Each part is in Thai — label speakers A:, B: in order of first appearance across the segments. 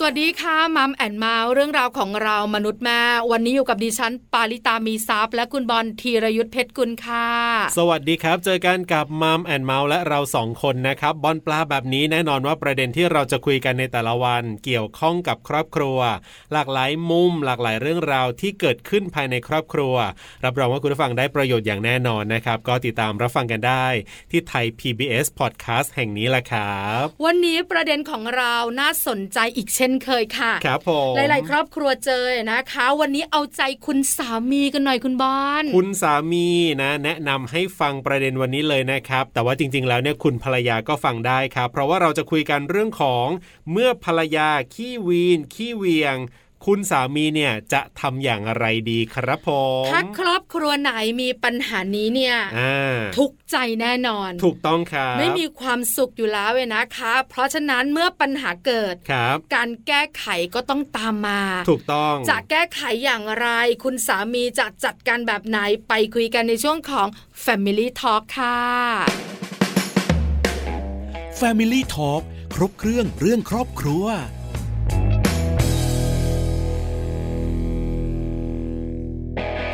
A: สวัสดีค่ะมัมแอนเมาส์เรื่องราวของเรามนุษย์แม่วันนี้อยู่กับดิฉัน ปาริตามีซัพ์และคุณบอลธีรยุทธเพชรกุลค่ะ
B: สวัสดีครับ เจอกันกับมัมแอนเมาส์และเราสองคนนะครับ บอลปลาแบบนี้แน่นอนว่าประเด็นที่เราจะคุยกันในแต่ละวัน เกี่ยวข้องกับครอบครัว หลากหลายมุม หลากหลายเรื่องราวที่เกิดขึ้นภายในครอบครัว รับรองว่าคุณผู้ฟังได้ประโยชน์อย่างแน่นอนนะครับ ก็ติดตามรับฟังกันได้ที่ไทย PBS Podcast แห่งนี้แหละครับ
A: วันนี้ประเด็นของเราน่าสนใจอีกเช่นเคยค่ะ
B: ครับผม
A: หลาย ๆ ครอบครัวเจอนะคะ วันนี้เอาใจคุณสามีกันหน่อยคุณบอล
B: คุณสามีนะ แนะนำให้ฟังประเด็นวันนี้เลยนะครับ แต่ว่าจริง ๆ แล้วเนี่ยคุณภรรยาก็ฟังได้ครับ เพราะว่าเราจะคุยกันเรื่องของเมื่อภรรยาขี้วีน ขี้เวียง คุณสามีเนี่ยจะทำอย่างไรดีครับผม
A: ถ้าครอบครัวไหนมีปัญหานี้เนี่ย
B: อ่า
A: ทุกข์ใจแน่นอน
B: ถูกต้องครับ
A: ไม่มีความสุขอยู่แล้วเว้ยนะคะ เพราะฉะนั้นเมื่อปัญหาเกิด
B: ครับ
A: การแก้ไขก็ต้องตามมา
B: ถูกต้อง
A: จะแก้ไขอย่างไร คุณสามีจะจัดการแบบไหนไปคุยกันในช่วงของ Family Talk ค่ะ
C: Family Talk ครบเครื่องเรื่องครอบครัว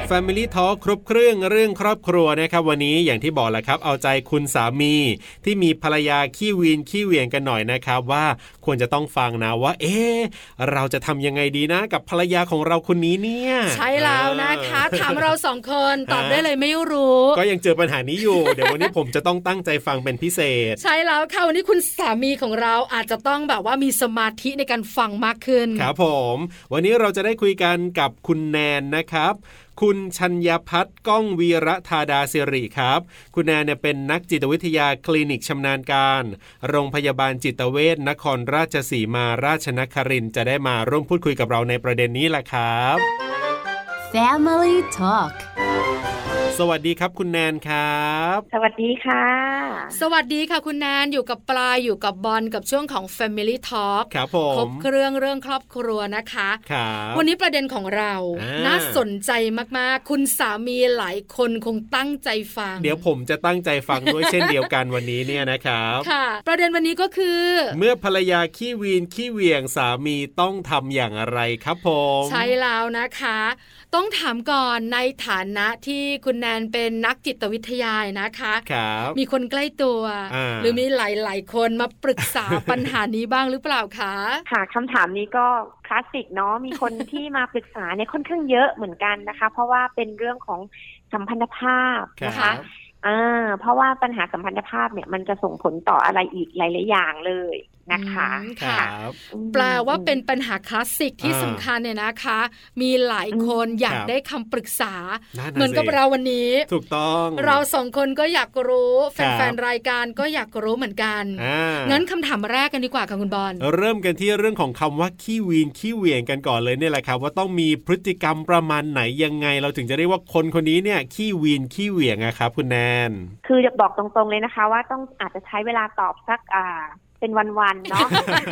B: แฟมิลี่ทอครบเครื่องเรื่องครอบครัวนะครับ วันนี้อย่างที่บอกแหละครับ เอาใจคุณสามี ที่มีภรรยาขี้วีนขี้เหวียงกันหน่อยนะครับ ว่าควรจะต้องฟังนะว่า เอ๊ะเราจะทำยังไงดีนะ กับภรรยาของเราคนนี้เนี่ย
A: ใช่แล้วนะคะ ถามเราสองคนตอบได้เลยไม่รู้
B: เออก็ยังเจอปัญหานี้อยู่ เดี๋ยววันนี้ผมจะต้องตั้งใจฟังเป็นพิเศษ
A: ใช่แล้วค่ะ วันนี้คุณสามีของเราอาจจะต้องแบบว่ามีสมาธิในการฟังมากขึ้น
B: ครับผม วันนี้เราจะได้คุยกันกับคุณแนนนะครับ คุณชัญญพัฒน์ก้องวีระธาดาสิริครับ คุณแนนเนี่ยเป็นนักจิตวิทยาคลินิกชำนาญการ โรงพยาบาลจิตเวชนครราชสีมาราชนครินทร์จะได้มาร่วมพูดคุยกับเราในประเด็นนี้แหละครับ
D: Family Talk
B: สวัสดีครับคุณแนนครับ
E: สวัสดีค่ะ
A: สวัสดีค่ะคุณแนนอยู่กับปลายอยู่กับบอลกับช่วงของ Family Talk
B: ครับผ
A: คร
B: ม
A: บเครื่องเรื่องครอบครัวนะคะ
B: ครับ
A: วันนี้ประเด็นของเรา
B: อ่า
A: น่าสนใจมาก ๆ คุณสามีหลายคนคงตั้งใจฟัง
B: เดี๋ยวผมจะตั้งใจฟังด้วย เช่นเดียวกันวันนี้เนี่ยนะครับ
A: ค่ะ ประเด็นวันนี้ก็คือ
B: เมื่อภรรยาขี้วีนขี้เหวียงสามีต้องทำอย่างไรครับผม
A: ใช่แล้วนะคะ ต้องถามก่อนในฐานะที่คุณแนนเป็นนักจิตวิทยายนะคะ
B: ครับ
A: มีคนใกล้ตัว
B: อ่า
A: หรือมีหลาย ๆ คนมาปรึกษา ปัญหานี้บ้างหรือเปล่าคะ
E: ค่ะคำถามนี้ก็คลาสสิกเนาะมีคน ที่มาปรึกษาเนี่ยค่อนข้างเยอะเหมือนกันนะคะ เพราะว่าเป็นเรื่องของสัมพันธภาพนะ
B: ครั
E: คะ
B: บ
E: อ่าเพราะว่าปัญหาสัมพันธภาพเนี่ยมันจะส่งผลต่ออะไรอีกหลายๆอย่างเลยนะคะ
A: อืม
B: ค
A: ค่ะ
B: รับ
A: แปลว่าเป็นปัญหาคลาสสิกที่
B: อ่า
A: สำคัญเนี่ยนะคะ มีหลายคนอยาก
B: ครับ
A: ได้คำปรึกษา
B: ะ
A: เหมือนกับ
B: สิ
A: เราวันนี้
B: ถูกต้อง
A: เราสองคนก็อยากรู้
B: ครับ
A: แฟนๆรายการก็อยากรู้เหมือนกัน
B: อ่า
A: งั้นคำถามแรกกันดีกว่าค่ะคุณบอล
B: เริ่มกันที่เรื่องของคำว่าขี้วีนขี้เหวี่ยงกันก่อนเลยเนี่ยแหละครับ ว่าต้องมีพฤติกรรมประมาณไหนยังไง เราถึงจะเรียกว่าคนคนนี้เนี่ยขี้วีนขี้เหวี่ยงอะครับ คุณแนน
E: คือจะบอกตรงๆเลยนะคะ ว่าต้องอาจจะใช้เวลาตอบสักอ่า เป็นวันๆเนาะ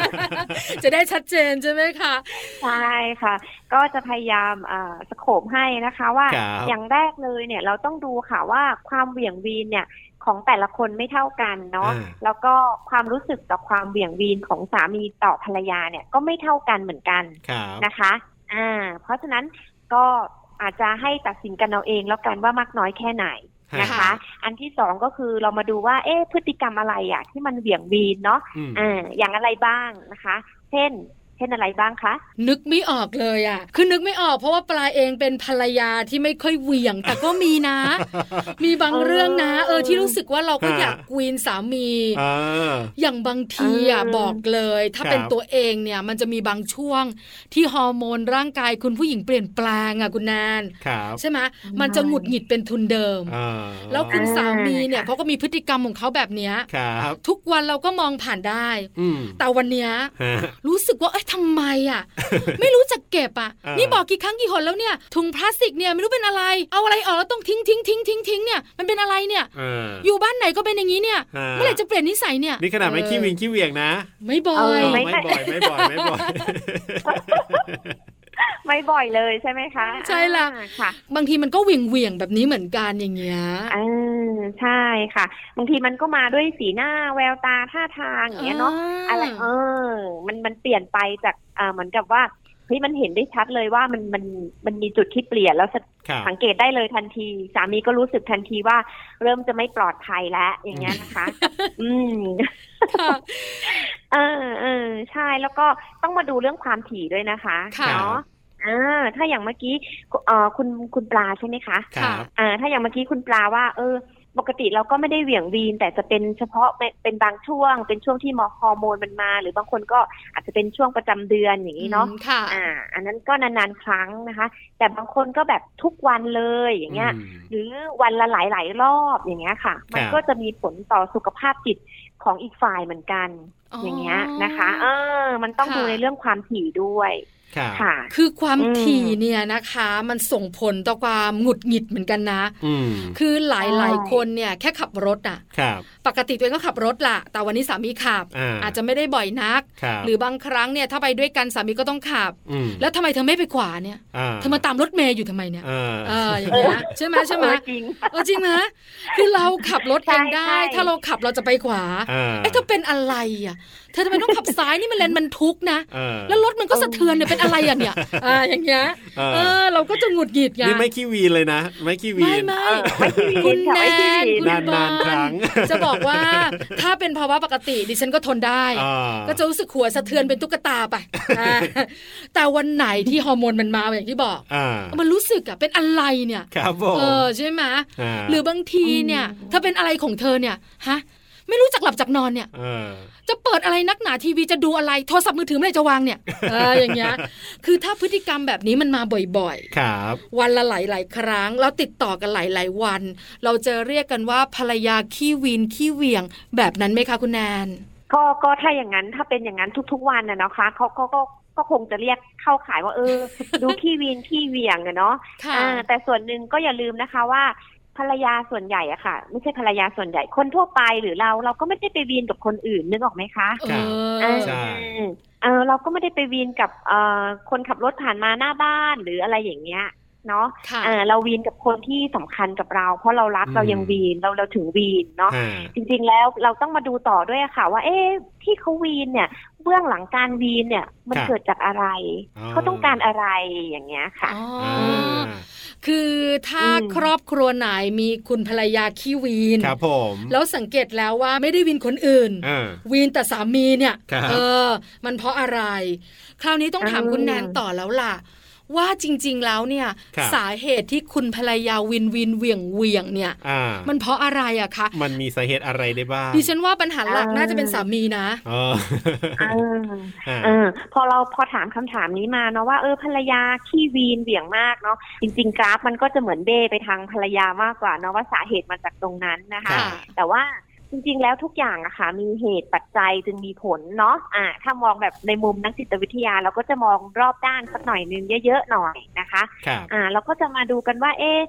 A: จะได้ชัดเจนใช่ไหมคะ
E: ใช่ค่ะ ก็จะพยายามอ่าสโคบให้นะคะว่า
B: ครับ
E: อย่างแรกเลยเนี่ยเราต้องดูค่ะว่าความเหวี่ยงวีนเนี่ยของแต่ละคนไม่เท่ากันเนาะ
B: อ่า
E: แล้วก็ความรู้สึกต่อความเหวี่ยงวีนของสามีต่อภรรยาเนี่ยก็ไม่เท่ากันเหมือนกัน
B: ครับ
E: นะคะอ่าเพราะฉะนั้นก็อาจจะให้ตัดสินกันเอาเองแล้วกันว่ามากน้อยแค่ไหนนะ
A: ค่ะ
E: คะ อันที่สองก็คือเรามาดูว่าเอ๊ะพฤติกรรมอะไรอะที่มันเหวี่ยงวีนเนาะ
B: อืม
E: อ่าอย่างอะไรบ้างนะคะ เช่น เช่นอะไรบ้างคะ
A: นึกไม่ออกเลยอ่ะ คือนึกไม่ออกเพราะว่าปลาเองเป็นภรรยาที่ไม่ค่อยเหวี่ยง แต่ก็มี นะ มีบางเรื่องนะ เออที่รู้สึกว่าเราก็อยากกวีนสามี
B: อ่า
A: อย่างบางทีอ่ะ
E: เออ
A: บอกเลย ถ้า
B: ครับ
A: เป็นตัวเองเนี่ย มันจะมีบางช่วงที่ฮอร์โมนร่างกายคุณผู้หญิงเปลี่ยนแปลงอ่ะคุณแนน
B: ครับ
A: ใช่ไหมมันจะหงุดหงิดเป็นทุนเดิม
B: อ่า
A: แล้วคุณสามีเนี่ย
E: อ่า
A: เขาก็มีพฤติกรรมของเขาแบบเนี้ย
B: ครับ
A: ทุกวันเราก็มองผ่านได้
B: อืม
A: แต่วันเนี้ย
B: ฮะ
A: รู้สึกว่าเอ้ยทำไม อ่ะ ไม่รู้จักเก็บอ่ะ
B: อ่านี่
A: นี่บอกกี่ครั้งกี่หนแล้วเนี่ยถุงพลาสติกเนี่ยไม่รู้เป็นอะไร เอาอะไรออกแล้วต้องทิ้งทิ้งทิ้งทิ้งทิ้งเนี่ยมันเป็นอะไรเนี่ย
B: เอออ
A: อยู่บ้านไหนก็เป็นอย่างนี้เนี่ย
B: อ่า
A: เมื่อไหร่จะเปลี่ยนนิสัยเนี่ย
B: นี่ขนาดไม่ขี้วีนขี้เหวี่ยงนะ
A: ไม่บ่อ
E: เอ
B: เอย อ
E: ไม่
B: ไม่บ่อย ไม่บ่อยไม่บ่อย
E: ไม่บ่อยเลยใช่ไหมคะ
A: ใช่ละ
E: อ่าค่ะ
A: บางทีมันก็เหวี่ยงเวียงๆแบบนี้เหมือนกันอย่างเงี้ย
E: อ่าใช่ ค่ะบางทีมันก็มาด้วยสีหน้าแววตาท่าทางอย่างเงี้ยเนาะอะไรเออ มันมันเปลี่ยนไปจากอ่าเหมือนกับว่าเฮ้ยมันเห็นได้ชัดเลยว่ามันมันมันมีจุดที่เปลี่ยนแล้ว
B: ครับ
E: สังเกตได้เลยทันที สามีก็รู้สึกทันทีว่าเริ่มจะไม่ปลอดภัยแล้วอย่างเงี้ยนะคะ อืม
A: ค่ะ
E: เออเออใช่แล้วก็ต้องมาดูเรื่องความถี่ด้วยนะคะ
A: ค่ะ
E: เนาะอ่าถ้าอย่างเมื่อกี้เออคุณคุณปลาใช่ไหมคะ
B: ครับ
E: อ่าถ้าอย่างเมื่อกี้คุณปลาว่า เออ ปกติเราก็ไม่ได้เหวี่ยงวีน แต่จะเป็นเฉพาะเป็นเป็นบางช่วง เป็นช่วงที่ฮอร์โมนมันมา หรือบางคนก็อาจจะเป็นช่วงประจำเดือนอย่างนี้เนาะ
A: อืมค่ะ
E: อ่า อันนั้นก็นานๆครั้งนะคะ แต่บางคนก็แบบทุกวันเลยอย่างเงี้ย
B: อืม
E: หรือวันละหลาย ๆ รอบอย่างเงี้ยค่ะ
B: ค
E: มั
B: รับ
E: ก็จะมีผลต่อสุขภาพจิตของอีกฝ่ายเหมือนกัน อย่างเงี้ยนะคะ เออ มันต้อง
A: ค่ะ
E: ดูในเรื่องความถี่ด้วย
B: ครับ
E: ค่ะ
A: คือความ
E: อืม
A: ถี่เนี่ยนะคะ มันส่งผลต่อความหงุดหงิดเหมือนกันนะ
B: อืม
A: คือหลายหลายคนเนี่ยแค่ขับรถอ่ะ
B: ครับ
A: ปกติตัวเองก็ขับรถล่ะ แต่วันนี้สามีขับ
B: อ่า
A: อาจจะไม่ได้บ่อยนัก
B: ครับ
A: หรือบางครั้งเนี่ยถ้าไปด้วยกันสามีก็ต้องขับ
B: อืม
A: แล้วทำไมเธอไม่ไปขวาเนี่ย
B: อ่
A: เธอมาตามรถเมย์อยู่ทำไมเนี่ย
B: อ่า
A: เอออย่างเงี้ยใช่ไหมใช่ไหม
E: เออจริง
A: เออจริงไหมคือเราขับรถเอง
E: ใช่
A: ได้
E: ใช่
A: ถ้าเราขับเราจะไปขวา
B: อ่า
A: เอ้เธอเป็นอะไรอ่ะ เธอทำไมต้องขับซ้ายนี่มันเลนมันทุกข์นะ
B: เออ
A: แล้วรถมันก็สะเทือนเนี่ยเป็นอะไรอ่ะเนี่ยอ่าอย่างเงี้ย
B: เอ
A: เอ
B: อ
A: อเราก็จะหงุดหงิดไง
B: นี่ไม่ขี้วีนเลยนะ ไม่ขี้วี
A: ไม่
B: น
A: ไม่
E: เออไม่ขี้วีน
A: คุณ
E: ค่ะ
A: แน
E: ไม่ขี้
A: น
E: วีน
A: คุณบอล
B: นานๆครั้ง
A: จะบอกว่าถ้าเป็นภาวะปกติดิฉันก็ทนได้
B: อ่า
A: ก็จะรู้สึกหัวสะเทือนเป็นตุ๊กตาไปอ่าแต่วันไหนที่ฮอร์โมนมันมาอย่างที่บอก
B: อ่า
A: มันรู้สึกอะเป็นอะไรเนี่ย
B: ครับผม
A: เออใช่ไหม
B: า
A: หรือบางทีเนี่ยถ้าเป็นอะไรของเธอเนี่ยฮะไม่รู้จักหลับจักนอนเนี่ย
B: เออ
A: จะเปิดอะไรนักหนาทีวีจะดูอะไรโทรศัพท์มือถือเมื่อไหรจะวางเนี่ยเอออย่างเงี้ยคือถ้าพฤติกรรมแบบนี้มันมาบ่อย
B: ครับ
A: ๆ วันละหลายๆ ครั้ง แล้วติดต่อกันหลายๆวัน เราจะเรียกกันว่าภรรยาขี้วีนขี้เหวียง แบบนั้นไหมคะคุณแนน
E: ก็ก็ถ้าอย่างนั้นถ้าเป็นอย่างนั้นทุกๆวันนะเนาะคะเขาก็ก็ก็คงจะเรียกเข้าขายว่าเออ ดูขี้วีนขี้เหวียงอะเนาะ
A: ค่ะ
E: อ่าแต่ส่วนหนึ่งก็อย่าลืมนะคะว่า ภรรยาส่วนใหญ่อะค่ะ ไม่ใช่ภรรยาส่วนใหญ่คนทั่วไปหรือเราเราก็ไม่ได้ไปวีนกับคนอื่นนึกออกไหมคะ
A: เอ
E: เอ
A: อ
E: อ
B: ใช่
E: เออเราก็ไม่ได้ไปวีนกับเอ่อคนขับรถผ่านมาหน้าบ้านหรืออะไรอย่างเงี้ยเนาะ
A: ค่ะ
E: เออเราวีนกับคนที่สำคัญกับเรา เพราะเรารัก
B: อืม
E: เรายังวีนเราเราถึงวีนเนาะ
B: อ่า
E: จริงๆแล้วเราต้องมาดูต่อด้วยอะค่ะ ว่า เอ๊ะที่เขาวีนเนี่ย เบื้องหลังการวีนเนี่ย มันเกิดจากอะไร เขาต้องการอะไรอย่างเงี้ยค่ะ
A: อ๋อ
B: อ่า
A: อคือถ้า
E: อืม
A: ครอบครัวไหนมีคุณภรรยาขี้วีน
B: ครับผม
A: แล้วสังเกตแล้วว่าไม่ได้วีนคนอื่น
B: อ่า
A: วีนแต่สามีเนี่ย
B: ครับ
A: เออ มันเพราะอะไร คราวนี้ต้องถาม
E: อืม
A: คุณแนนต่อแล้วล่ะ ว่าจริงๆแล้วเนี่ย
B: ครับ
A: สาเหตุที่คุณภรรยาวินวินเหวี่ยงเหวี่ยงเนี่ย
B: อ่า
A: มันเพราะอะไรอะคะ
B: มันมีสาเหตุอะไรได้บ้าง
A: ดิฉันว่าปัญหาหลักน่าจะเป็นสามีนะ
B: เออ
E: เออ
B: อ่า
E: เออพอเราพอถามคำถามนี้มาเนาะว่าเออภรรยาขี้วีนเหวี่ยงมากเนาะจริงๆกราฟมันก็จะเหมือนเบไปทางภรรยามากกว่าเนาะว่าสาเหตุมาจากตรงนั้นนะคะ
B: ค่ะ
E: แต่ว่าจริงๆแล้วทุกอย่างอะค่ะมีเหตุปัจจัยจึงมีผลเนาะอ่าถ้ามองแบบในมุมนักจิตวิทยา เราก็จะมองรอบด้านสักหน่อยนึงเยอะๆหน่อยนะคะ
B: ครับ
E: อ่าเราก็จะมาดูกันว่าเอ๊ะ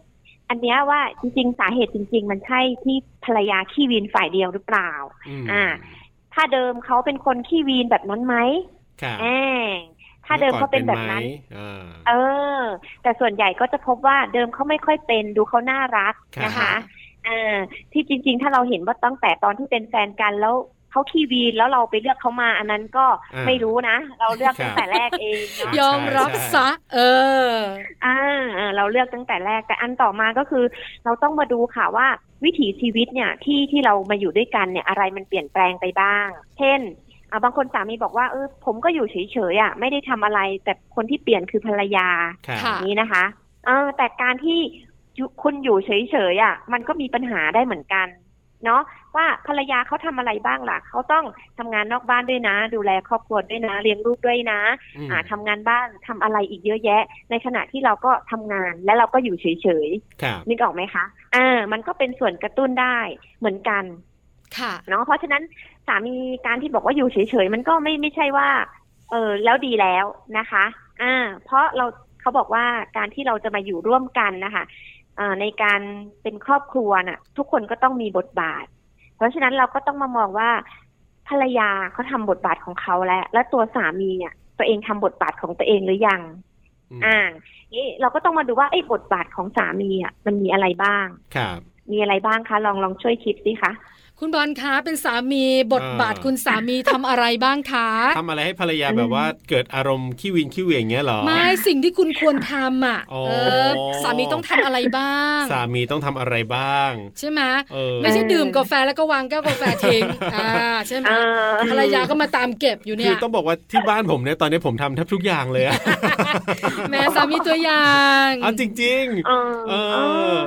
E: อันเนี้ยว่าจริงๆ สาเหตุจริง ๆ มันใช่ที่ภรรยาขี้วีนฝ่ายเดียวหรือเปล่า
B: ม
E: อ่า ถ้าเดิมเขาเป็นคนขี้วีนแบบนั้นไหม
B: ครับ
E: แองถ้าเดิมเขาเป็นแบบนั้น
B: มื่อก่อเป็นไหมอ่า
E: เออ แต่ส่วนใหญ่ก็จะพบว่าเดิมเขาไม่ค่อยเป็นดูเขาน่ารัก
B: ครับ
E: นะคะเออที่จริง ๆ ถ้าเราเห็นว่าตั้งแต่ตอนที่เป็นแฟนกันแล้วเขาขี้วีนแล้วเราไปเลือกเขามา อันนั้นก็
B: อ่า
E: ไม่รู้นะ เราเลือก
B: ครับ
E: ตั้งแต่แรกเองเนาะ
B: ใช่
A: ยอมรับซะ เออ
E: อ่าเออเราเลือกตั้งแต่แรกแต่อันต่อมาก็คือ เราต้องมาดูค่ะว่าวิถีชีวิตเนี่ยที่ที่เรามาอยู่ด้วยกันเนี่ยอะไรมันเปลี่ยนแปลงไปบ้าง เช่นอ่ะบางคนสามีบอกว่าเออผมก็อยู่เฉยๆอ่ะไม่ได้ทำอะไร แต่คนที่เปลี่ยนคือภรรยา
B: ครับ
A: ค่ะ
E: นี้นะคะเออแต่การที่อยู่คุณอยู่เฉยๆอ่ะมันก็มีปัญหาได้เหมือนกันเนาะว่าภรรยาเขาทำอะไรบ้างล่ะเขาต้องทำงานนอกบ้านด้วยนะ ดูแลครอบครัวด้วยนะ เลี้ยงลูกด้วยนะ
B: อืม
E: อ่าทำงานบ้านทำอะไรอีกเยอะแยะ ในขณะที่เราก็ทำงานและเราก็อยู่เฉย
B: ครับ
E: ๆนึกออกไหมคะอ่ามันก็เป็นส่วนกระตุ้นได้เหมือนกัน
A: ค่ะ
E: เนาะเพราะฉะนั้นสามีการที่บอกว่าอยู่เฉยๆมันก็ไม่ไม่ใช่ว่า เออแล้วดีแล้วนะคะอ่าเพราะเราเขาบอกว่าการที่เราจะมาอยู่ร่วมกันนะคะอ่าในการเป็นครอบครัวน่ะ ทุกคนก็ต้องมีบทบาท เพราะฉะนั้นเราก็ต้องมามองว่า ภรรยาเขาทำบทบาทของเขาแล้ว และตัวสามีเนี่ยตัวเองทำบทบาทของตัวเองหรือยัง
B: ม
E: อ่านี่เราก็ต้องมาดูว่าไอ้บทบาทของสามีอ่ะมันมีอะไรบ้าง
B: ครับ
E: มีอะไรบ้างคะลองลองช่วยคิดสิคะ
A: คุณบอลคะเป็นสามีบทบาท
B: อ่า
A: คุณสามีทำอะไรบ้างคะ
B: ทำอะไรให้ภรรยาแบบว่าเกิดอารมณ์ขี้วินขี้เหวี่ยงเงี้ยเหรอ
A: ไม่สิ่งที่คุณควรทำอ่ะ
B: อ๋อ
A: เออ สามีต้องทำอะไรบ้าง
B: สามีต้องทำอะไรบ้าง
A: ใช่ไหม
B: เออ
A: ไม่ใช่ดื่มกาแฟแล้วก็วางแก้วกาแฟทิ้งอ่าใช่ไหม
E: เออ
A: ภรรยาก็มาตามเก็บอยู่
B: คื
A: เนี่
B: อย ต้องบอกว่าที่บ้านผมเนี่ยตอนนี้ผมทำแทบทุกอย่างเลย อะ
A: แหม่สามีตัวอย่าง
B: เอาจริง
E: เออ
B: เออ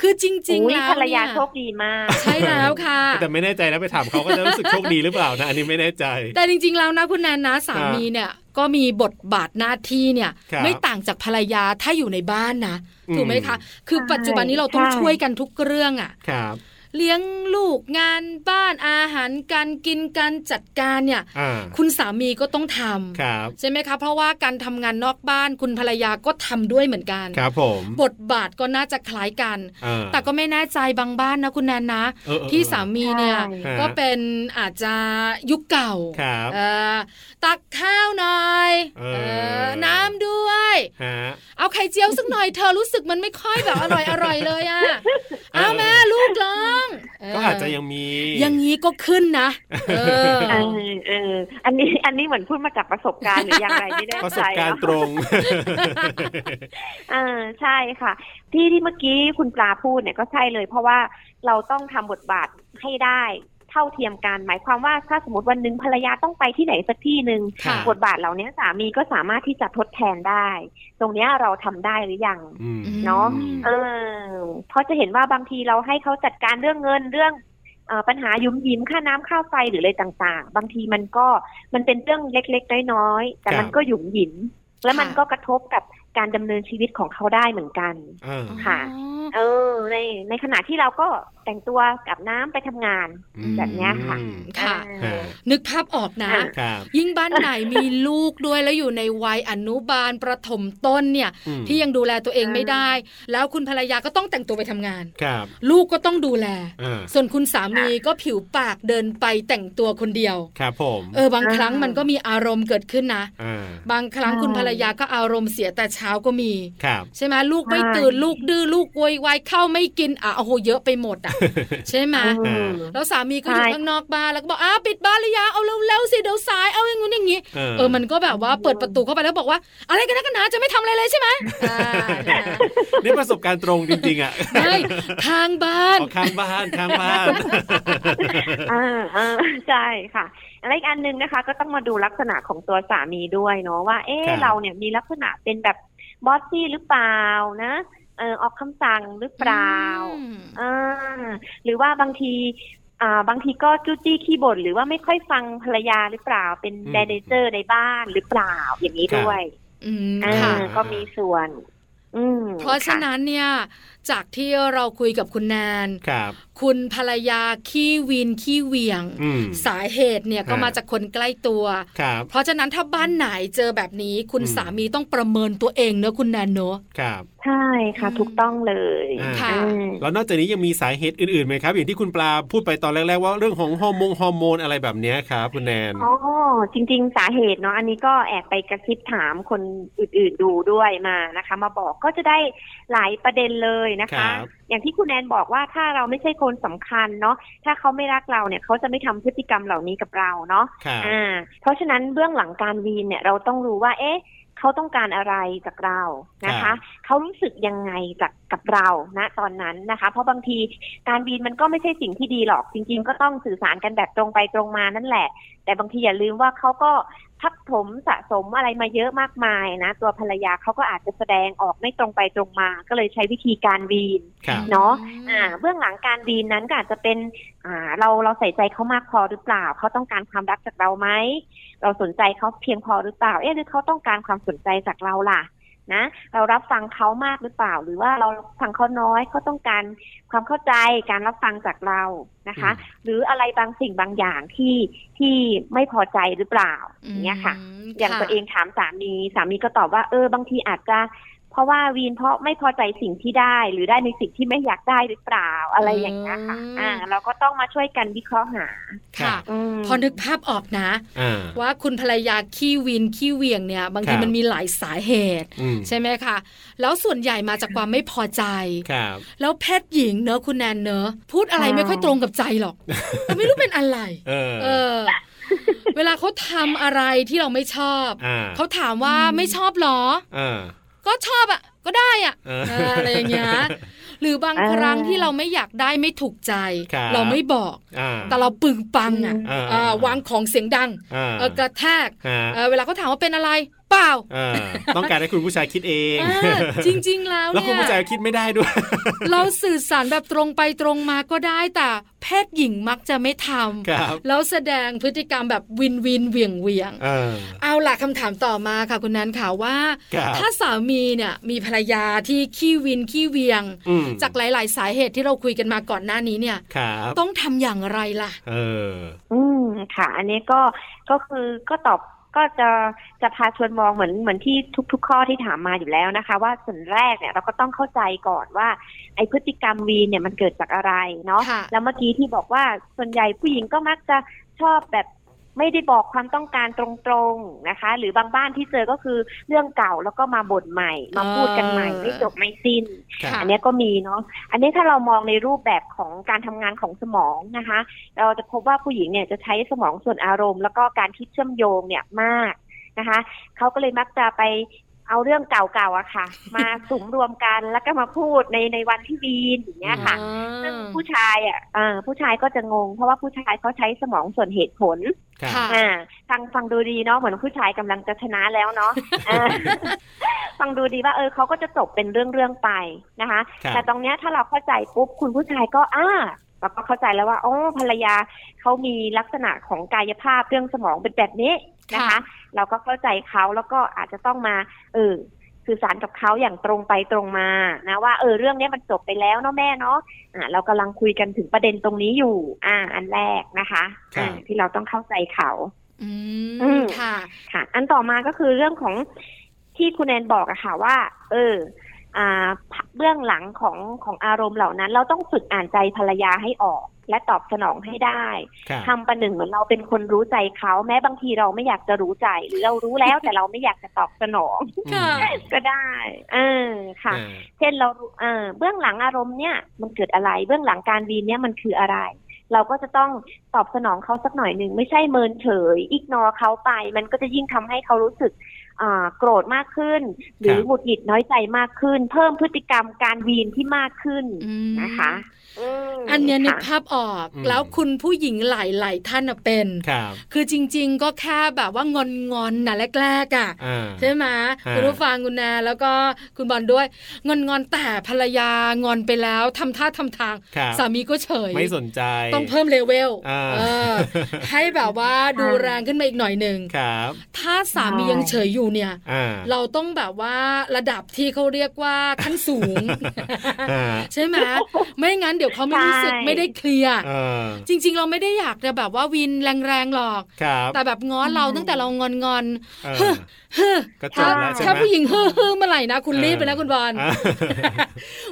A: คือจริง
E: อุ๊
A: ๆ
E: ย
A: แล้ว
E: ภรรยา
A: เนี่
E: โชคดีมาก
A: ใช่แล้วค่ะ
B: ๆ แต่ไม่แน่ใจนะไปถามเขาก็จะรู้สึกโชคดีหรือเปล่านะ อันนี้ไม่แน่ใจ
A: แต่จริง ๆ แล้วนะคุณแนนนะสามีเนี่ยก็มีบทบาทหน้าที่เนี่ย
B: ครับ
A: ไม่ต่างจากภรรยาถ้าอยู่ในบ้านนะ
B: อืม
A: ถูกไหมคะ คือ
E: ใช่
A: ปัจจุบันนี้เราต้อง
E: ใช่
A: ช่วยกันทุกเรื่องอ่ะ
B: ครับ
A: เลี้ยงลูกงานบ้านอาหารการกินการจัดการเนี่ย
B: อ่า
A: คุณสามีก็ต้องทำ
B: ครับ
A: ใช่ไหมคะ เพราะว่าการทำงานนอกบ้านคุณภรรยาก็ทำด้วยเหมือนกัน
B: ครับผม
A: บทบาทก็น่าจะคล้ายกัน
B: อ่า
A: แต่ก็ไม่แน่ใจบางบ้านนะคุณแนนนะ
B: เออเออ
A: ที่สามีเนี่ย
E: ใช่
A: ก็เป็นอาจจะยุคเก่า
B: ครับ
A: เอ่อตักข้าวหน่อย
B: เออ
A: เอ่อน้ำด้วย
B: ฮะ
A: เอาไข่เจียวสักหน่อยเธอรู้สึกมันไม่ค่อยแบบอร่อยอร่อยเลยอะ
B: เออ
A: เอาแม่ลูกร้องเ
B: ก็อาจจะยังมี
A: อย่างนี้ก็ขึ้นนะเออ
E: เออเอออันนี้อันนี้เหมือนพูดมาจากประสบการณ์หรือ อย่างไรไม่แน่ใจ
B: ประสบการณ์ตร
E: เนอะ
B: ง
E: เออใช่ค่ะ ที่ที่เมื่อกี้คุณปลาพูดเนี่ยก็ใช่เลย เพราะว่าเราต้องทำบทบาทให้ได้เท่าเทียมกันหมายความว่าถ้าสมมติวันหนึ่งภรรยาต้องไปที่ไหนสักที่หนึ่ง
A: ค่ะ
E: บทบาทเหล่านี้สามีก็สามารถที่จะทดแทนได้ ตรงเนี้ยเราทำได้หรือยัง
B: อืม
E: เนาะ
B: อืม
E: เออเพราะจะเห็นว่าบางทีเราให้เขาจัดการเรื่องเงินเรื่องเอ่อปัญหายุ้มยิ้มค่าน้ำค่าไฟหรืออะไรต่างๆ บางทีมันก็มันเป็นเรื่องเล็กๆน้อยๆแต่มันก็หยุมหยิม และมันก็กระทบกับการดำเนินชีวิตของเขาได้เหมือนกัน
B: อ่า
E: ค่ะ เออ ในในขณะที่เราก็แต่งตัวกับน้ำไปทำงาน แบบเนี้ยค่ะ
B: อืม
A: ค่ะ
E: เออ
A: นึกภาพออกนะ
E: อ่า
B: ครับ
A: ยิ่งบ้านไหนมีลูกด้วยแล้วอยู่ในวัยอนุบาลประถมต้นเนี่ย
B: อืม
A: ที่ยังดูแลตัวเองไม่ได้ แล้วคุณภรรยาก็ต้องแต่งตัวไปทำงาน
B: ครับ
A: ลูกก็ต้องดูแล
B: อ่า
A: ส่วนคุณสามีก็ผิวปากเดินไปแต่งตัวคนเดียว
B: ครับผม
A: เออบางครั้ง
E: อ่ามั
A: มันก็มีอารมณ์เกิดขึ้นนะ
B: ่า
A: บางครั้งคุณภรรยาก็อารมณ์เสียแต่เช้าก็มี
B: ครับ
A: ใช่ไหมลูกไม่ตื่นลูกดื้อลูกโวยวายเข้าวไม่กินอ่ะโอ้โหเยอะไปหมดอ่ะ ใช่ไหม
E: อืม
A: แล้วสามีก็อยู่
E: ใช่
A: ข้างนอกบ้านแล้วก็บอกอ้าวปิดบ้านหรือยังเอาเร็วๆสิเดี๋ยวสายเอาอย่างงู้นอย่างงี้
B: เออ
A: เออมันก็แบบว่าเปิดประตูเข้าไปแล้วบอกว่า อะไรกันนะกันนะจะไม่ทำอะไรเลยใช่ไหมอ่า
B: นี่ประสบการณ์ตรงจริงๆอ่ะ
A: ไม่ทางบ้าน
B: ออกข้างบ้านข้างบ้าน
E: อ่าอ่าใช่ค่ะอะไรอีกอันหนึ่งนะคะก็ต้องมาดูลักษณะของตัวสามีด้วยเนาะว่า เอ๊ะ
B: ครับ
E: เราเนี่ยมีลักษณะเป็นแบบบอสซี่หรือเปล่านะเออออกคำสั่งหรือเปล่าอ่าหรือว่าบางทีอ่าบางทีก็จู้จี้ขี้บ่นหรือว่าไม่ค่อยฟังภรรยาหรือเปล่า เป็น
B: อืม
E: แดเนเจอร์ในบ้านหรือเปล่าอย่างนี้ด้วย
A: อืม
E: อ่า
A: ค่ะ
E: ก็มีส่วน อืม
A: เพราะฉะ
E: ค่
A: นั้นเนี่ยจากที่เราคุยกับคุณแนน
B: ครับ
A: คุณภรรยาขี้วินขี้เหวียง
B: อืม
A: สาเหตุเนี่ยก็
B: ฮะ
A: มาจากคนใกล้ตัว
B: ครับ
A: เพราะฉะนั้นถ้าบ้านไหนเจอแบบนี้ คุณ
B: อืม
A: สามีต้องประเมินตัวเองเนอะคุณแนนเนอะ
B: ครับ
E: ใช่ค่ะ
A: อืม
E: ถูกต้องเลย
B: อ่า
A: ค่ะ
E: อืม
B: แล้วนอกจากนี้ยังมีสาเหตุอื่นๆไหมครับ อย่างที่คุณปลาพูดไปตอนแรกๆว่าเรื่องของฮอร์โมนฮอร์โมนอะไรแบบเนี้ยครับคุณแนน
E: อ๋อจริง ๆ สาเหตุเนาะอันนี้ก็แอบไปกระซิบถามคนอื่นๆดูด้วยมานะคะ มาบอกก็จะได้หลายประเด็นเลยนะคะ
B: ครับ
E: อย่างที่คุณแนนบอกว่าถ้าเราไม่ใช่คนสำคัญเนาะถ้าเขาไม่รักเราเนี่ยเขาจะไม่ทำพฤติกรรมเหล่านี้กับเราเนาะ
B: ครับ
E: อ่า เพราะฉะนั้นเบื้องหลังการวีนเนี่ยเราต้องรู้ว่า เอ๊ะเขาต้องการอะไรจากเรานะคะ เขารู้สึกยังไงจากกับเราณตอนนั้นนะคะ เพราะบางทีการวีนมันก็ไม่ใช่สิ่งที่ดีหรอก จริง ๆ ก็ต้องสื่อสารกันแบบตรงไปตรงมานั่นแหละ แต่บางทีอย่าลืมว่าเขาก็ทับถมสะสมอะไรมาเยอะมากมายนะ ตัวภรรยาเขาก็อาจจะแสดงออกไม่ตรงไปตรงมา ก็เลยใช้วิธีการวีน
B: ครับ
E: เนอะ อ่าเบื้องหลังการวีนนั้นก็อาจจะเป็นอ่าเราเราใส่ใจเขามากพอหรือเปล่า เขาต้องการความรักจากเราไหม เราสนใจเขาเพียงพอหรือเปล่า เอ๊ะหรือเขาต้องการความสนใจจากเราล่ะนะเรารับฟังเขามากหรือเปล่า หรือว่าเรารับฟังเขาน้อยเขาต้องการความเข้าใจการรับฟังจากเรานะคะ
B: อืม
E: หรืออะไรบางสิ่งบางอย่างที่ที่ไม่พอใจหรือเปล่าอย่างเงี้ยค่ะ
A: ม
E: อย่างตัวเองถามสามี สามีก็ตอบว่าเออบางทีอาจจะ เพราะว่าวีนเพราะไม่พอใจสิ่งที่ได้ หรือได้ในสิ่งที่ไม่อยากได้หรือเปล่าอะไรอย่างเงี้ยค่ะ
A: อืม
E: อ่า เราก็ต้องมาช่วยกันวิเคราะห์หา
A: ค่ะ
E: อืม
A: พอนึกภาพออกนะ
B: อ่า
A: ว่าคุณภรรยาขี้วินขี้เหวียงเนี่ย บางที
B: ครับ
A: มันมีหลายสาเหตุ
B: อืม
A: ใช่ไหมคะแล้วส่วนใหญ่มาจากความไม่พอใจ
B: ครับ
A: แล้วแพทย์หญิงเนอะคุณแนนเนอะพูดอะไร
E: ค่ะ
A: ไม่ค่อยตรงกับใจหรอก แต่ไม่รู้เป็นอะไร
B: เออ
A: เออ เวลาเขาทำอะไรที่เราไม่ชอบ
B: อ่า
A: เขาถามว่าไม่ชอบเหรอ
B: อ่า
A: ก็ชอบอ่ะ ก็ได้อ่ะ
B: เออ
A: เอออะไรอย่างเงี้ยหรือบาง
E: อ่า
A: ครั้งที่เราไม่อยากได้ไม่ถูกใจ
B: ครับ
A: เราไม่บอก
B: อ่า
A: แต่เราปึงปังอ่ะ
B: อืม
A: เออ
B: อ่า
A: วางของเสียงดัง
B: อ่า
A: เออกระแทก
B: ฮะ
A: เออเวลาเขาถามว่าเป็นอะไร เปล่า
B: เออต้องการให้คุณผู้ชายคิดเอง
A: เออจริง ๆ แล้ว
B: แล้ว
A: เนี่
B: คุณผู้ชาย
A: ย
B: คิดไม่ได้ด้วย
A: เราสื่อสารแบบตรงไปตรงมาก็ได้แต่เพศหญิงมักจะไม่ท
B: ครับ
A: ำแล้วแสดงพฤติกรรมแบบวินวินเหวียงเหวียง
B: เออ
A: เอาล่ะคำถามต่อมาค่ะคุณนันค่ะว่า
B: ครับ
A: ถ้าสามีเนี่ยมีภรรยาที่ขี้วินขี้เวียง
B: อืม
A: จากหลาย ๆ สาเหตุที่เราคุยกันมาก่อนหน้านี้เนี่ย
B: ครับ
A: ต้องทำอย่างไรล่ะ
B: เออ
E: อืมค่ะ อันนี้ก็ก็คือก็ตอบก็จะจะพาชวนมองเหมือนเหมือนที่ทุก ๆ ข้อที่ถามมาอยู่แล้วนะคะ ว่าส่วนแรกเนี่ยเราก็ต้องเข้าใจก่อนว่าไอพฤติกรรมวีนเนี่ยมันเกิดจากอะไรเนาะ
A: ค่ะ
E: แล้วเมื่อกี้ที่บอกว่าส่วนใหญ่ผู้หญิงก็มักจะชอบแบบไม่ได้บอกความต้องการตรงๆนะคะ หรือบางบ้านที่เจอก็คือเรื่องเก่าแล้วก็มาบ่นใหม่ มาพูดกันใหม่ไม่จบไม่สิ้น
B: ครับ
E: อันเนี้ยก็มีเนาะ อันนี้ถ้าเรามองในรูปแบบของการทำงานของสมองนะคะ เราจะพบว่าผู้หญิงเนี่ยจะใช้สมองส่วนอารมณ์ แล้วก็การคิดเชื่อมโยงเนี่ยมากนะคะ เขาก็เลยมักจะไปเอาเรื่องเก่าๆอะ ค่ะ มาสุมรวมกันแล้วก็มาพูดในในวันที่วีนอย่างเงี้ยค่ะ ซึ่งผู้ชายอ่ะเอ่อผู้ชายก็จะงง เพราะว่าผู้ชายเขาใช้สมองส่วนเหตุผล
B: ครับ
A: ค่ะ
E: อ่าฟังฟังดูดีเนาะเหมือนผู้ชายกำลังจะชนะแล้วเนาะอ่า ฟังดูดีว่าเออเขาก็จะจบเป็นเรื่องเรื่องๆไปนะคะ
B: ครับ
E: แต่ตรงเนี้ยถ้าเราเข้าใจปุ๊บคุณผู้ชายก็อ่าเราก็เข้าใจแล้วว่าอ๋อภรรยาเขามีลักษณะของกายภาพเรื่องสมองเป็นแบบนี้นะ
A: ค่ะ
E: คะ เราก็เข้าใจเขาแล้วก็อาจจะต้องมาเออสื่อสารกับเขาอย่างตรงไปตรงมานะว่าเออเรื่องเนี้ยมันจบไปแล้วเนาะแม่เนาะอ่าเรากำลังคุยกันถึงประเด็นตรงนี้อยู่ อ่า อันแรกนะคะ
B: ครับ
E: อ่าที่เราต้องเข้าใจเขา
A: อื
E: อื
A: ม
E: ม
A: ค่ะ
E: ค่ะ อันต่อมาก็คือเรื่องของที่คุณแอนบอกอะค่ะว่า เออ อ่าเบื้องหลังของของอารมณ์เหล่านั้น เราต้องฝึกอ่านใจภรรยาให้ออก และตอบสนองให้ได้
B: ครับ
E: ทำประหนึ่งเหมือนเราเป็นคนรู้ใจเขาแม้บางทีเราไม่อยากจะรู้ใจ หรือเรารู้แล้ว แต่เราไม่อยากจะตอบสนอง
B: อืม
A: ค่ะ
E: ก็ได้เออค่ะ
B: อ่า
E: เช่นเรารู้เอ่อเบื้องหลังอารมณ์เนี่ยมันเกิดอะไร เบื้องหลังการวีนเนี่ยมันคืออะไร เราก็จะต้องตอบสนองเขาสักหน่อยหนึ่งไม่ใช่เมินเฉยอิกนอเขาไป มันก็จะยิ่งทำให้เขารู้สึกอ่าโกรธมากขึ้น หรื
B: ค
E: อ
B: รับ
E: หงุดหงิดน้อยใจมากขึ้น เพิ่มพฤติกรรมการวีนที่มากขึ้น
A: อืม
E: นะคะม
A: อันเนี้ยนึกภา
E: ค่ะ
A: พออก
B: อืม
A: แล้วคุณผู้หญิงหลาย ๆ ท่านน่ะเป็น
B: ครับ
A: คือจริง ๆ ก็แค่แบบว่างอนงอนๆนะแรกๆอ่ะ
B: อ่า
A: ใช่ไหม
B: อ่า
A: คุณผู้ฟังคุณนาแล้วก็คุณบอลด้วยงอนงอนๆแต่ภรรยางอนไปแล้วทำท่าทำทาง
B: ครับ
A: สามีก็เฉย
B: ไม่สนใจ
A: ต้องเพิ่มเลเวล
B: อ่า
A: เออ ให้แบบว่าดู
E: อ่า
A: แรงขึ้นมาอีกหน่อยหนึ่ง
B: ครับ
A: ถ้าสามียังเฉยอยู่เนี่ย
B: อ่า
A: เราต้องแบบว่าระดับที่เขาเรียกว่าขั้นสูง
B: อ่า
A: ใช่ไหมไม่งั้นเดี๋ยวเขาไม่รู้สึก
E: ใช่
A: ไม่ได้เคลียร์
B: เออ
A: จริง ๆ เราไม่ได้อยากจะแบบว่าวินแรงๆหรอก
B: ครับ
A: แต่แบบง้อเราตั้งแต่เรางอนงอน
B: เออ
A: ๆเฮ้อ
B: ก็จ
A: ถ้า
B: บแล้วใช่ไหม
A: ถ้าผู้หญิงเฮ้อเฮ้อเมื่อไหร่นะคุณ
B: เออ
A: รีบไปนะคุณบอล
B: อ่า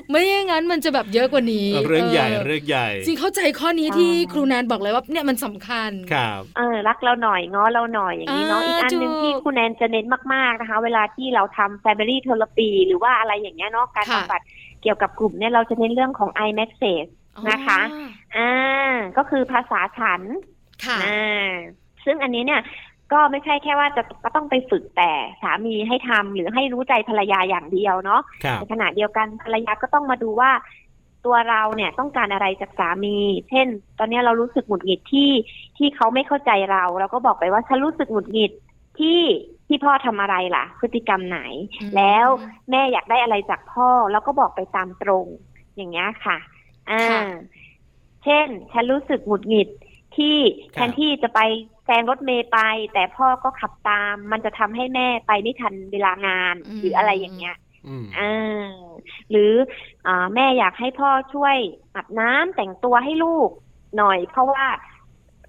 A: ไม่อย่างนั้นมันจะแบบเยอะกว่านี้
B: เรื่องใหญ่
A: เออ
B: เรื่องใหญ่
A: จริงเข้าใจข้อนี้ที่ครูแนนบอกเลยว่าเนี่ยมันสำคัญ
B: ครับ
E: เออรักเราหน่อยง้อเราหน่อยอย่างนี้เนาะ
A: อ่า
E: อีกอันหนึ่ง
A: ถูก
E: ที่คุณแนนจะเน้นมากๆนะคะ เวลาที่เราทำ Family Therapy หรือว่าอะไรอย่างเงี้ยเนาะการ
A: ค่ะ
E: บำบัดเกี่ยวกับกลุ่มเนี่ยเราจะเน้นเรื่องของ I message นะคะ
A: อ๋อ
E: อ่าก็คือภาษาฉัน
A: ค่ะ
E: อ่าซึ่งอันนี้เนี่ยก็ไม่ใช่แค่ว่าจะก็ต้องไปฝึกแต่สามีให้ทำหรือให้รู้ใจภรรยาอย่างเดียวเนาะ
B: ครับ
E: ในขณะเดียวกันภรรยาก็ต้องมาดูว่า ตัวเราเนี่ยต้องการอะไรจากสามี เช่น ตอนเนี้ยเรารู้สึกหงุดหงิดที่ที่เขาไม่เข้าใจเรา เราก็บอกไปว่าฉันรู้สึกหงุดหงิดที่ที่พ่อทำอะไรล่ะ พฤติกรรมไหน
A: อืม
E: แล้วแม่อยากได้อะไรจากพ่อเราก็บอกไปตามตรง อย่างเงี้ยค่ะอ่า
A: ค่ะ
E: เช่น ฉันรู้สึกหงุดหงิดที่
B: ครับ
E: แทนที่จะไปแซงรถเมย์ไป แต่พ่อก็ขับตาม มันจะทำให้แม่ไปไม่ทันเวลางาน
A: อืม
E: หรืออะไรอย่างเงี้ย
B: อืม
E: อ่าหรืออาแม่อยากให้พ่อช่วยอาบน้ำแต่งตัวให้ลูกหน่อย เพราะว่า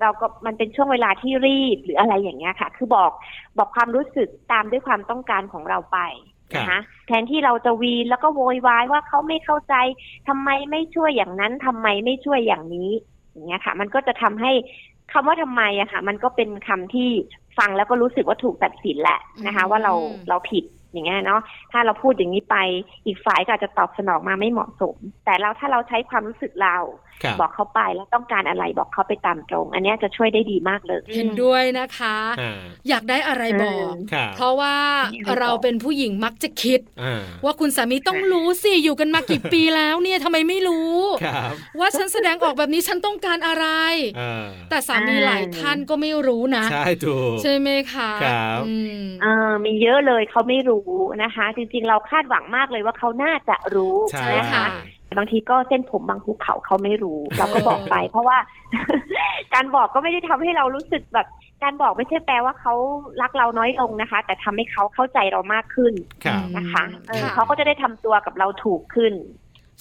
E: เราก็มันเป็นช่วงเวลาที่รีบหรืออะไรอย่างเงี้ยค่ะ คือบอกบอกความรู้สึกตามด้วยความต้องการของเราไปนะคะ แทนที่เราจะวีนแล้วก็โวยวายว่าเขาไม่เข้าใจทำไมไม่ช่วยอย่างนั้นทำไมไม่ช่วยอย่างนี้อย่างเงี้ยค่ะ มันก็จะทำให้คำว่าทำไมอะค่ะ มันก็เป็นคำที่ฟังแล้วก็รู้สึกว่าถูกตัดสินแหละนะคะ ว่าเรา
A: อืม
E: เราผิดอย่างเงี้ยเนาะถ้าเราพูดอย่างนี้ไปอีกฝ่ายก็อาจจะตอบสนองมาไม่เหมาะสม แต่เราถ้าเราใช้ความรู้สึกเรา
B: ครับ
E: บอกเขาไปแล้วต้องการอะไรบอกเขาไปตามตรง อันเนี้ยจะช่วยได้ดีมากเลย
A: เห็นด้วยนะคะ
B: อ่า
A: อยากได้อะไรบอก
E: อืม
B: ครับ
A: เพราะว่าเราเป็นผู้หญิงมักจะคิด
B: อ่า
A: ว่าคุณสามีต้องรู้สิ อยู่กันมากี่ปีแล้วเนี่ยทำไมไม่รู้
B: ครับ
A: ว่าฉันแสดงออกแบบนี้ฉันต้องการอะไร
B: เออ
A: แต่สามีหลายท่านก็ไม่รู้นะ
B: ใช่ถูก
A: ใช่ไหมคะ
B: ครับ
A: อืม
E: เออมีเยอะเลยเขาไม่รู้นะคะ จริงๆเราคาดหวังมากเลยว่าเขาน่าจะรู้
B: ใช่
E: นะคะ
A: ค่ะ
E: บางทีก็เส้นผมบางภูเขาเขาไม่ รู้ เราก็บอกไป เพราะว่า การบอกก็ไม่ได้ทำให้เรารู้สึกแบบ การบอกไม่ใช่แปลว่าเขารักเราน้อยลงนะคะ แต่ทำให้เขาเข้าใจเรามากขึ้น
B: ครับ
E: นะคะเออ
A: ค่ะ
E: เขาก็จะได้ทำตัวกับเราถูกขึ้น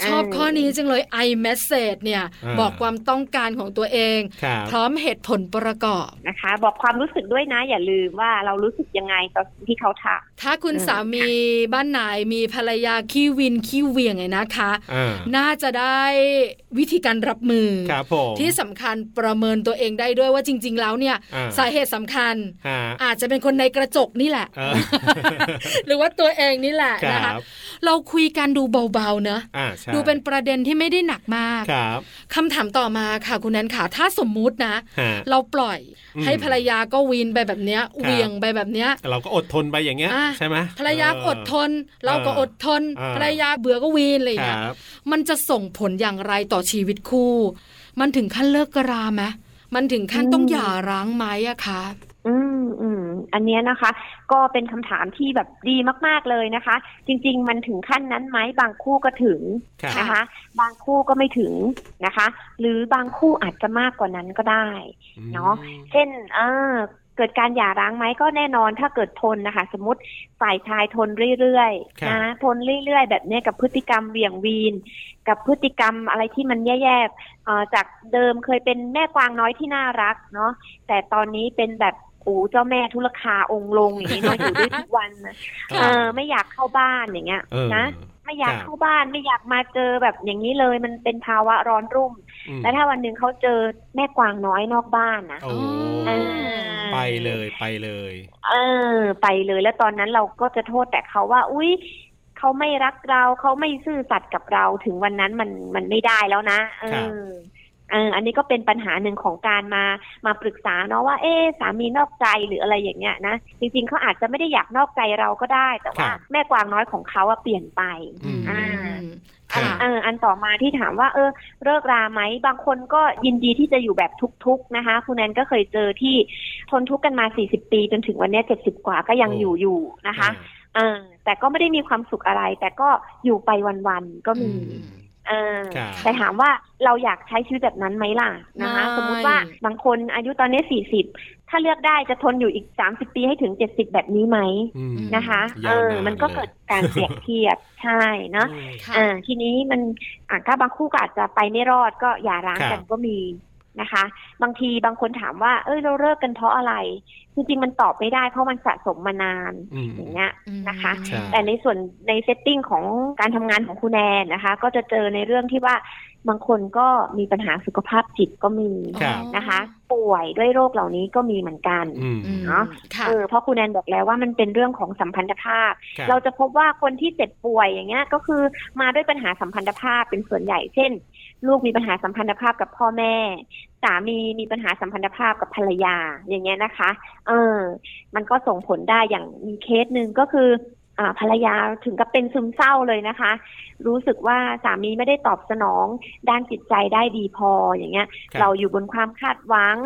A: ชอบข้อนี้จังเลย i message เนี่ย
B: อ่า
A: บอกความต้องการของตัวเอง
B: ครับ
A: พร้อมเหตุผลประกอบ
E: นะคะ บอกความรู้สึกด้วยนะ อย่าลืมว่าเรารู้สึกยังไงตอนที่เขาทำ
A: ถ้าคุณ
E: อืม
A: สามีบ้านไหนมีภรรยาขี้วินขี้เหวียงไงนะคะ
B: อ่า
A: น่าจะได้วิธีการรับมือ
B: ครับผม
A: ที่สำคัญประเมินตัวเองได้ด้วยว่าจริง ๆ แล้วเนี่ย
B: อ่
A: สาเหตุสำคัญ
B: ฮะ
A: อาจจะเป็นคนในกระจกนี่แหละ
B: เออ
A: หรือว่าตัวเองนี่แหละ
B: ค
A: นะคะ
B: รับ
A: เราคุยกันดูเบาๆเนอะ
B: อ่าใช่
A: ดูเป็นประเด็นที่ไม่ได้หนักมาก
B: ครับ
A: คำถามต่อมาค่ะคุณนันค่ะถ้าสมมุตินะ
B: ฮะ
A: เราปล่อย
B: อืม
A: ให้ภรรยาก็วีนไปแบบเนี้ย
B: ครับ
A: เหวียงไปแบบเนี้ย
B: เราก็อดทนไปอย่างเงี้ย
A: อ่ะ
B: ใช่ไหม
A: ภรรยาก็อดท
B: เ
A: น เราก็อดทน
B: เออ
A: ภรรยาเบื่อก็วีนอะไรอ
B: ค
A: ย่าง
B: รั
A: เงี้ย
B: บ
A: มันจะส่งผลอย่างไรต่อชีวิตคู่ มันถึงขั้นเลิกกราไหมมันถึงขั้นต้องหย่าร้างไหมอะคะ
E: อืมอืมอันเนี้ยนะคะ ก็เป็นคำถามที่แบบดีมาก ๆ เลยนะคะ จริง ๆ มันถึงขั้นนั้นไหมบางคู่ก็ถึง
B: ครับ
E: นะคะ บางคู่ก็ไม่ถึงนะคะ หรือบางคู่อาจจะมากกว่านั้นก็ได้ เนาะ
B: อืม
E: เช่นเออเกิดการหย่าร้างไหมก็แน่นอนถ้าเกิดทนนะคะ สมมติฝ่ายชายทนเรื่อย
B: ครับ
E: ๆนะทนเรื่อยๆ แบบเนี้ยกับพฤติกรรมเหวี่ยงวีน กับพฤติกรรมอะไรที่มันแย่ๆเอ่อจากเดิมเคยเป็นแม่กวางน้อยที่น่ารักเนาะแต่ตอนนี้เป็นแบบโอ้เจ้าแม่ธุรคาองค์ลงอย่างนี้ เนาะอยู่ด้วยทุกวันนะเออไม่อยากเข้าบ้านอย่างเงี้ย
B: เออ
E: นะ ไม่อยาก
B: ครับ
E: เข้าบ้านไม่อยากมาเจอแบบอย่างนี้เลยมันเป็นภาวะร้อนรุ่ม
B: อืม
E: แล้วถ้าวันหนึ่งเขาเจอแม่กวางน้อยนอกบ้านนะ
B: โอ้
A: เออ
B: ไปเลยไปเลย
E: เออ ไปเลยแล้วตอนนั้นเราก็จะโทษแต่เขาว่า อุ๊ยเขาไม่รักเราเขาไม่ซื่อสัตย์กับเราถึงวันนั้นมันมันไม่ได้แล้วนะเออเออ อันนี้ก็เป็นปัญหาหนึ่งของการมามาปรึกษาเนาะว่า เอ๊ะสามีนอกใจหรืออะไรอย่างเงี้ยนะจริงๆเขาอาจจะไม่ได้อยากนอกใจเราก็ได้ แต่ว่าแม่กวางน้อยของเขาอะเปลี่ยนไป
B: อืม
E: อ่า
B: ครับ
A: ค่ะ
E: เอออันต่อมาที่ถามว่าเออเลิกราไหมบางคนก็ยินดีที่จะอยู่แบบทุกข์ๆนะคะคุณแนนก็เคยเจอที่ทนทุกข์กันมา 40 ปีจนถึงวันเนี้ย70 กว่าก็ยัง
B: โอ้
E: อยู่อยู่นะคะ
B: อ่า
E: เออแต่ก็ไม่ได้มีความสุขอะไร แต่ก็อยู่ไปวันๆก็มี
B: อืม
E: เออ
B: ครับ
E: แต่ถามว่าเราอยากใช้ชีวิตแบบนั้นไหมล่ะนะคะ
A: ไม่
E: สมมุติว่าบางคนอายุตอนนี้ 40 ถ้าเลือกได้จะทนอยู่อีก 30 ปีให้ถึง 70 แบบนี้ไหม
B: อืม
E: นะคะ
B: ยา
E: เอ
B: ว
E: อ
B: นา
E: มันก็เกิดการเปรียบเทียบใช่เนาะ
B: อืม
A: ค่ะ
E: อ่าทีนี้มันอ่ะถ้าบางคู่ก็อาจจะไปไม่รอดก็อย่าร้าง
B: ครับ
E: กันก็มีนะคะ บางทีบางคนถามว่า เอ้ยเราเลิกกันเพราะอะไร จริงๆมันตอบไม่ได้เพราะมันสะสมมานาน
B: อืม
E: อย่างเงี้ย นะคะ
B: ใช่
E: แต่ในส่วนในเซตติ้งของการทำงานของคุณแอนนะคะ ก็จะเจอในเรื่องที่ว่าบางคนก็มีปัญหาสุขภาพจิตก็มี
B: ครับ
E: นะคะ ป่วยด้วยโรคเหล่านี้ก็มีเหมือนกัน
B: อืม
A: อืม
E: เนาะ
A: ค่ะ
E: เออเพราะคุณแอนบอกแล้วว่ามันเป็นเรื่องของสัมพันธภาพ
B: คบ
E: เราจะพบว่าคนที่เจ็บป่วยอย่างเงี้ยก็คือมาด้วยปัญหาสัมพันธภาพเป็นส่วนใหญ่ เช่น ลูกมีปัญหาสัมพันธภาพกับพ่อแม่ สามีมีปัญหาสัมพันธภาพกับภรรยาอย่างเงี้ยนะคะ เออ มันก็ส่งผลได้อย่างมีเคสหนึ่งก็คืออ่าภรรยาถึงกับเป็นซึมเศร้าเลยนะคะ รู้สึกว่าสามีไม่ได้ตอบสนอง ด้านจิตใจได้ดีพออย่างเงี้ย
B: ครับ
E: เราอยู่บนความคาดหวัง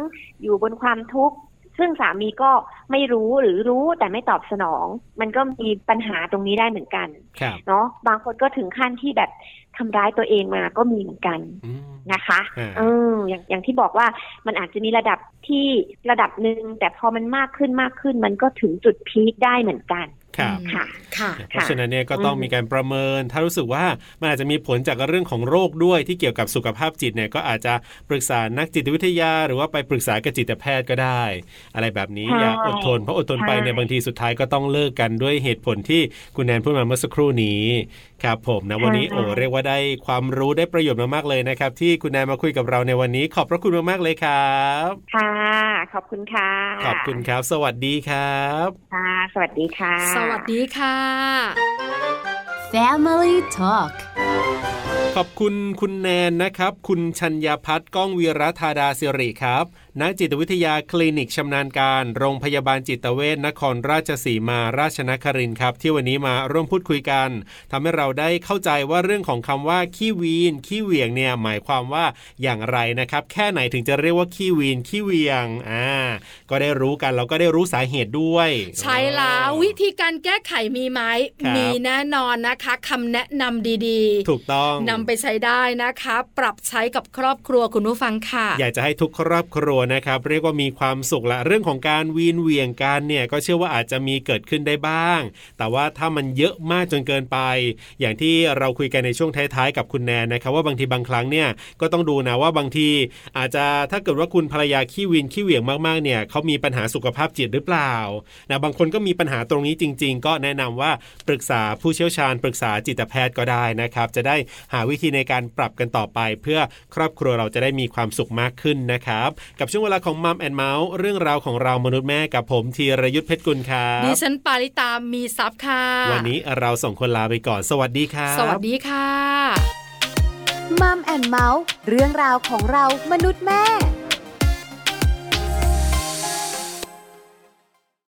E: อยู่บนความทุกข์ ซึ่งสามีก็ไม่รู้หรือรู้แต่ไม่ตอบสนอง มันก็มีปัญหาตรงนี้ได้เหมือนกัน
B: ครับ
E: เนาะบางคนก็ถึงขั้นที่แบบทำร้ายตัวเองมาก็มีเหมือนกัน
B: อืม
E: นะคะ
B: อ่า
E: เอออย่างอย่างที่บอกว่ามันอาจจะมีระดับที่ระดับหนึ่งแต่พอมันมากขึ้นมากขึ้น มันก็ถึงจุดพีคได้เหมือนกัน
B: ครับ
A: อืม
E: ค่ะ
A: ค่ะ
B: เพราะฉะนั้นเนี่ยก็ต้องมีการประเมิน ถ้ารู้สึกว่ามันอาจจะมีผลจากเรื่องของโรคด้วยที่เกี่ยวกับสุขภาพจิตเนี่ยก็อาจจะปรึกษานักจิตวิทยา หรือว่าไปปรึกษากับจิตแพทย์ก็ได้ อะไรแบบนี้
E: ใช่
B: อย่าอดทนเพราะอดทนไป
E: ใช่
B: เนี่ยบางทีสุดท้ายก็ต้องเลิกกันด้วยเหตุผลที่คุณแนนพูดมาเมื่อสักครู่นี้ครับผมนะวันนี้โอ้เรียกว่าได้ความรู้ได้ประโยชน์มามากๆเลยนะครับ ที่คุณแนนมาคุยกับเราในวันนี้ ขอบพระคุณมากๆเลยครับ
E: ค่ะ ขอบคุณค่ะ
B: ขอบคุณครับ สวัสดีครับ
E: ค่ะ สวัสดีค่ะ
A: สวัสดีค่ะ
D: Family Talk
B: ขอบคุณคุณแนนนะครับ คุณชัญญาพัฒน์ก้องวีรธาดาสิริครับนักจิตวิทยาคลินิกชำนาญการ โรงพยาบาลจิตเวชนครราชสีมาราชนครินทร์ครับ ที่วันนี้มาร่วมพูดคุยกันทำให้เราได้เข้าใจว่าเรื่องของคำว่าขี้วีนขี้เหวี่ยงเนี่ยหมายความว่าอย่างไรนะครับ แค่ไหนถึงจะเรียกว่าขี้วีนขี้เหวี่ยงอ่าก็ได้รู้กันแล้วก็ได้รู้สาเหตุด้วย
A: ใช้แล้ววิธีการแก้ไขมีไหม
B: ครับ
A: มีแน่นอนนะคะคำแนะนำดี
B: ถูกต้อง
A: ๆนำไปใช้ได้นะคะ ปรับใช้กับครอบครัวคุณผู้ฟังค่ะ
B: อยากจะให้ทุกครอบครัวนะครับ เรียกว่ามีความสุขละเรื่องของการวีนเหวียงกันเนี่ยก็เชื่อว่าอาจจะมีเกิดขึ้นได้บ้าง แต่ว่าถ้ามันเยอะมากจนเกินไป อย่างที่เราคุยกันในช่วงท้ายๆกับคุณแนนนะครับว่าบางทีบางครั้งเนี่ยก็ต้องดูนะว่าบางที อาจจะถ้าเกิดว่าคุณภรรยาขี้วีนขี้เหวี่ยงมากๆเนี่ยเขามีปัญหาสุขภาพจิตหรือเปล่านะบางคนก็มีปัญหาตรงนี้จริง ๆ ก็แนะนำว่าปรึกษาผู้เชี่ยวชาญ ปรึกษาจิตแพทย์ก็ได้นะครับ จะได้หาวิธีในการปรับกันต่อไป เพื่อครอบครัวเราจะได้มีความสุขมากขึ้นนะครับ กับช่วงเวลาของมัมแอนเมาส์เรื่องราวของเรามนุษย์แม่กับผมธีรยุทธเพชรกุลครั
A: ดิ
B: บ
A: ฉันปาริตามีซับค่ะ
B: วันนี้เราส่งคนลาไปก่อน สวัสดีครับ
A: สวัสดีค่ะ
D: มัมแอนเมาส์เรื่องราวของเรามนุษย์แม่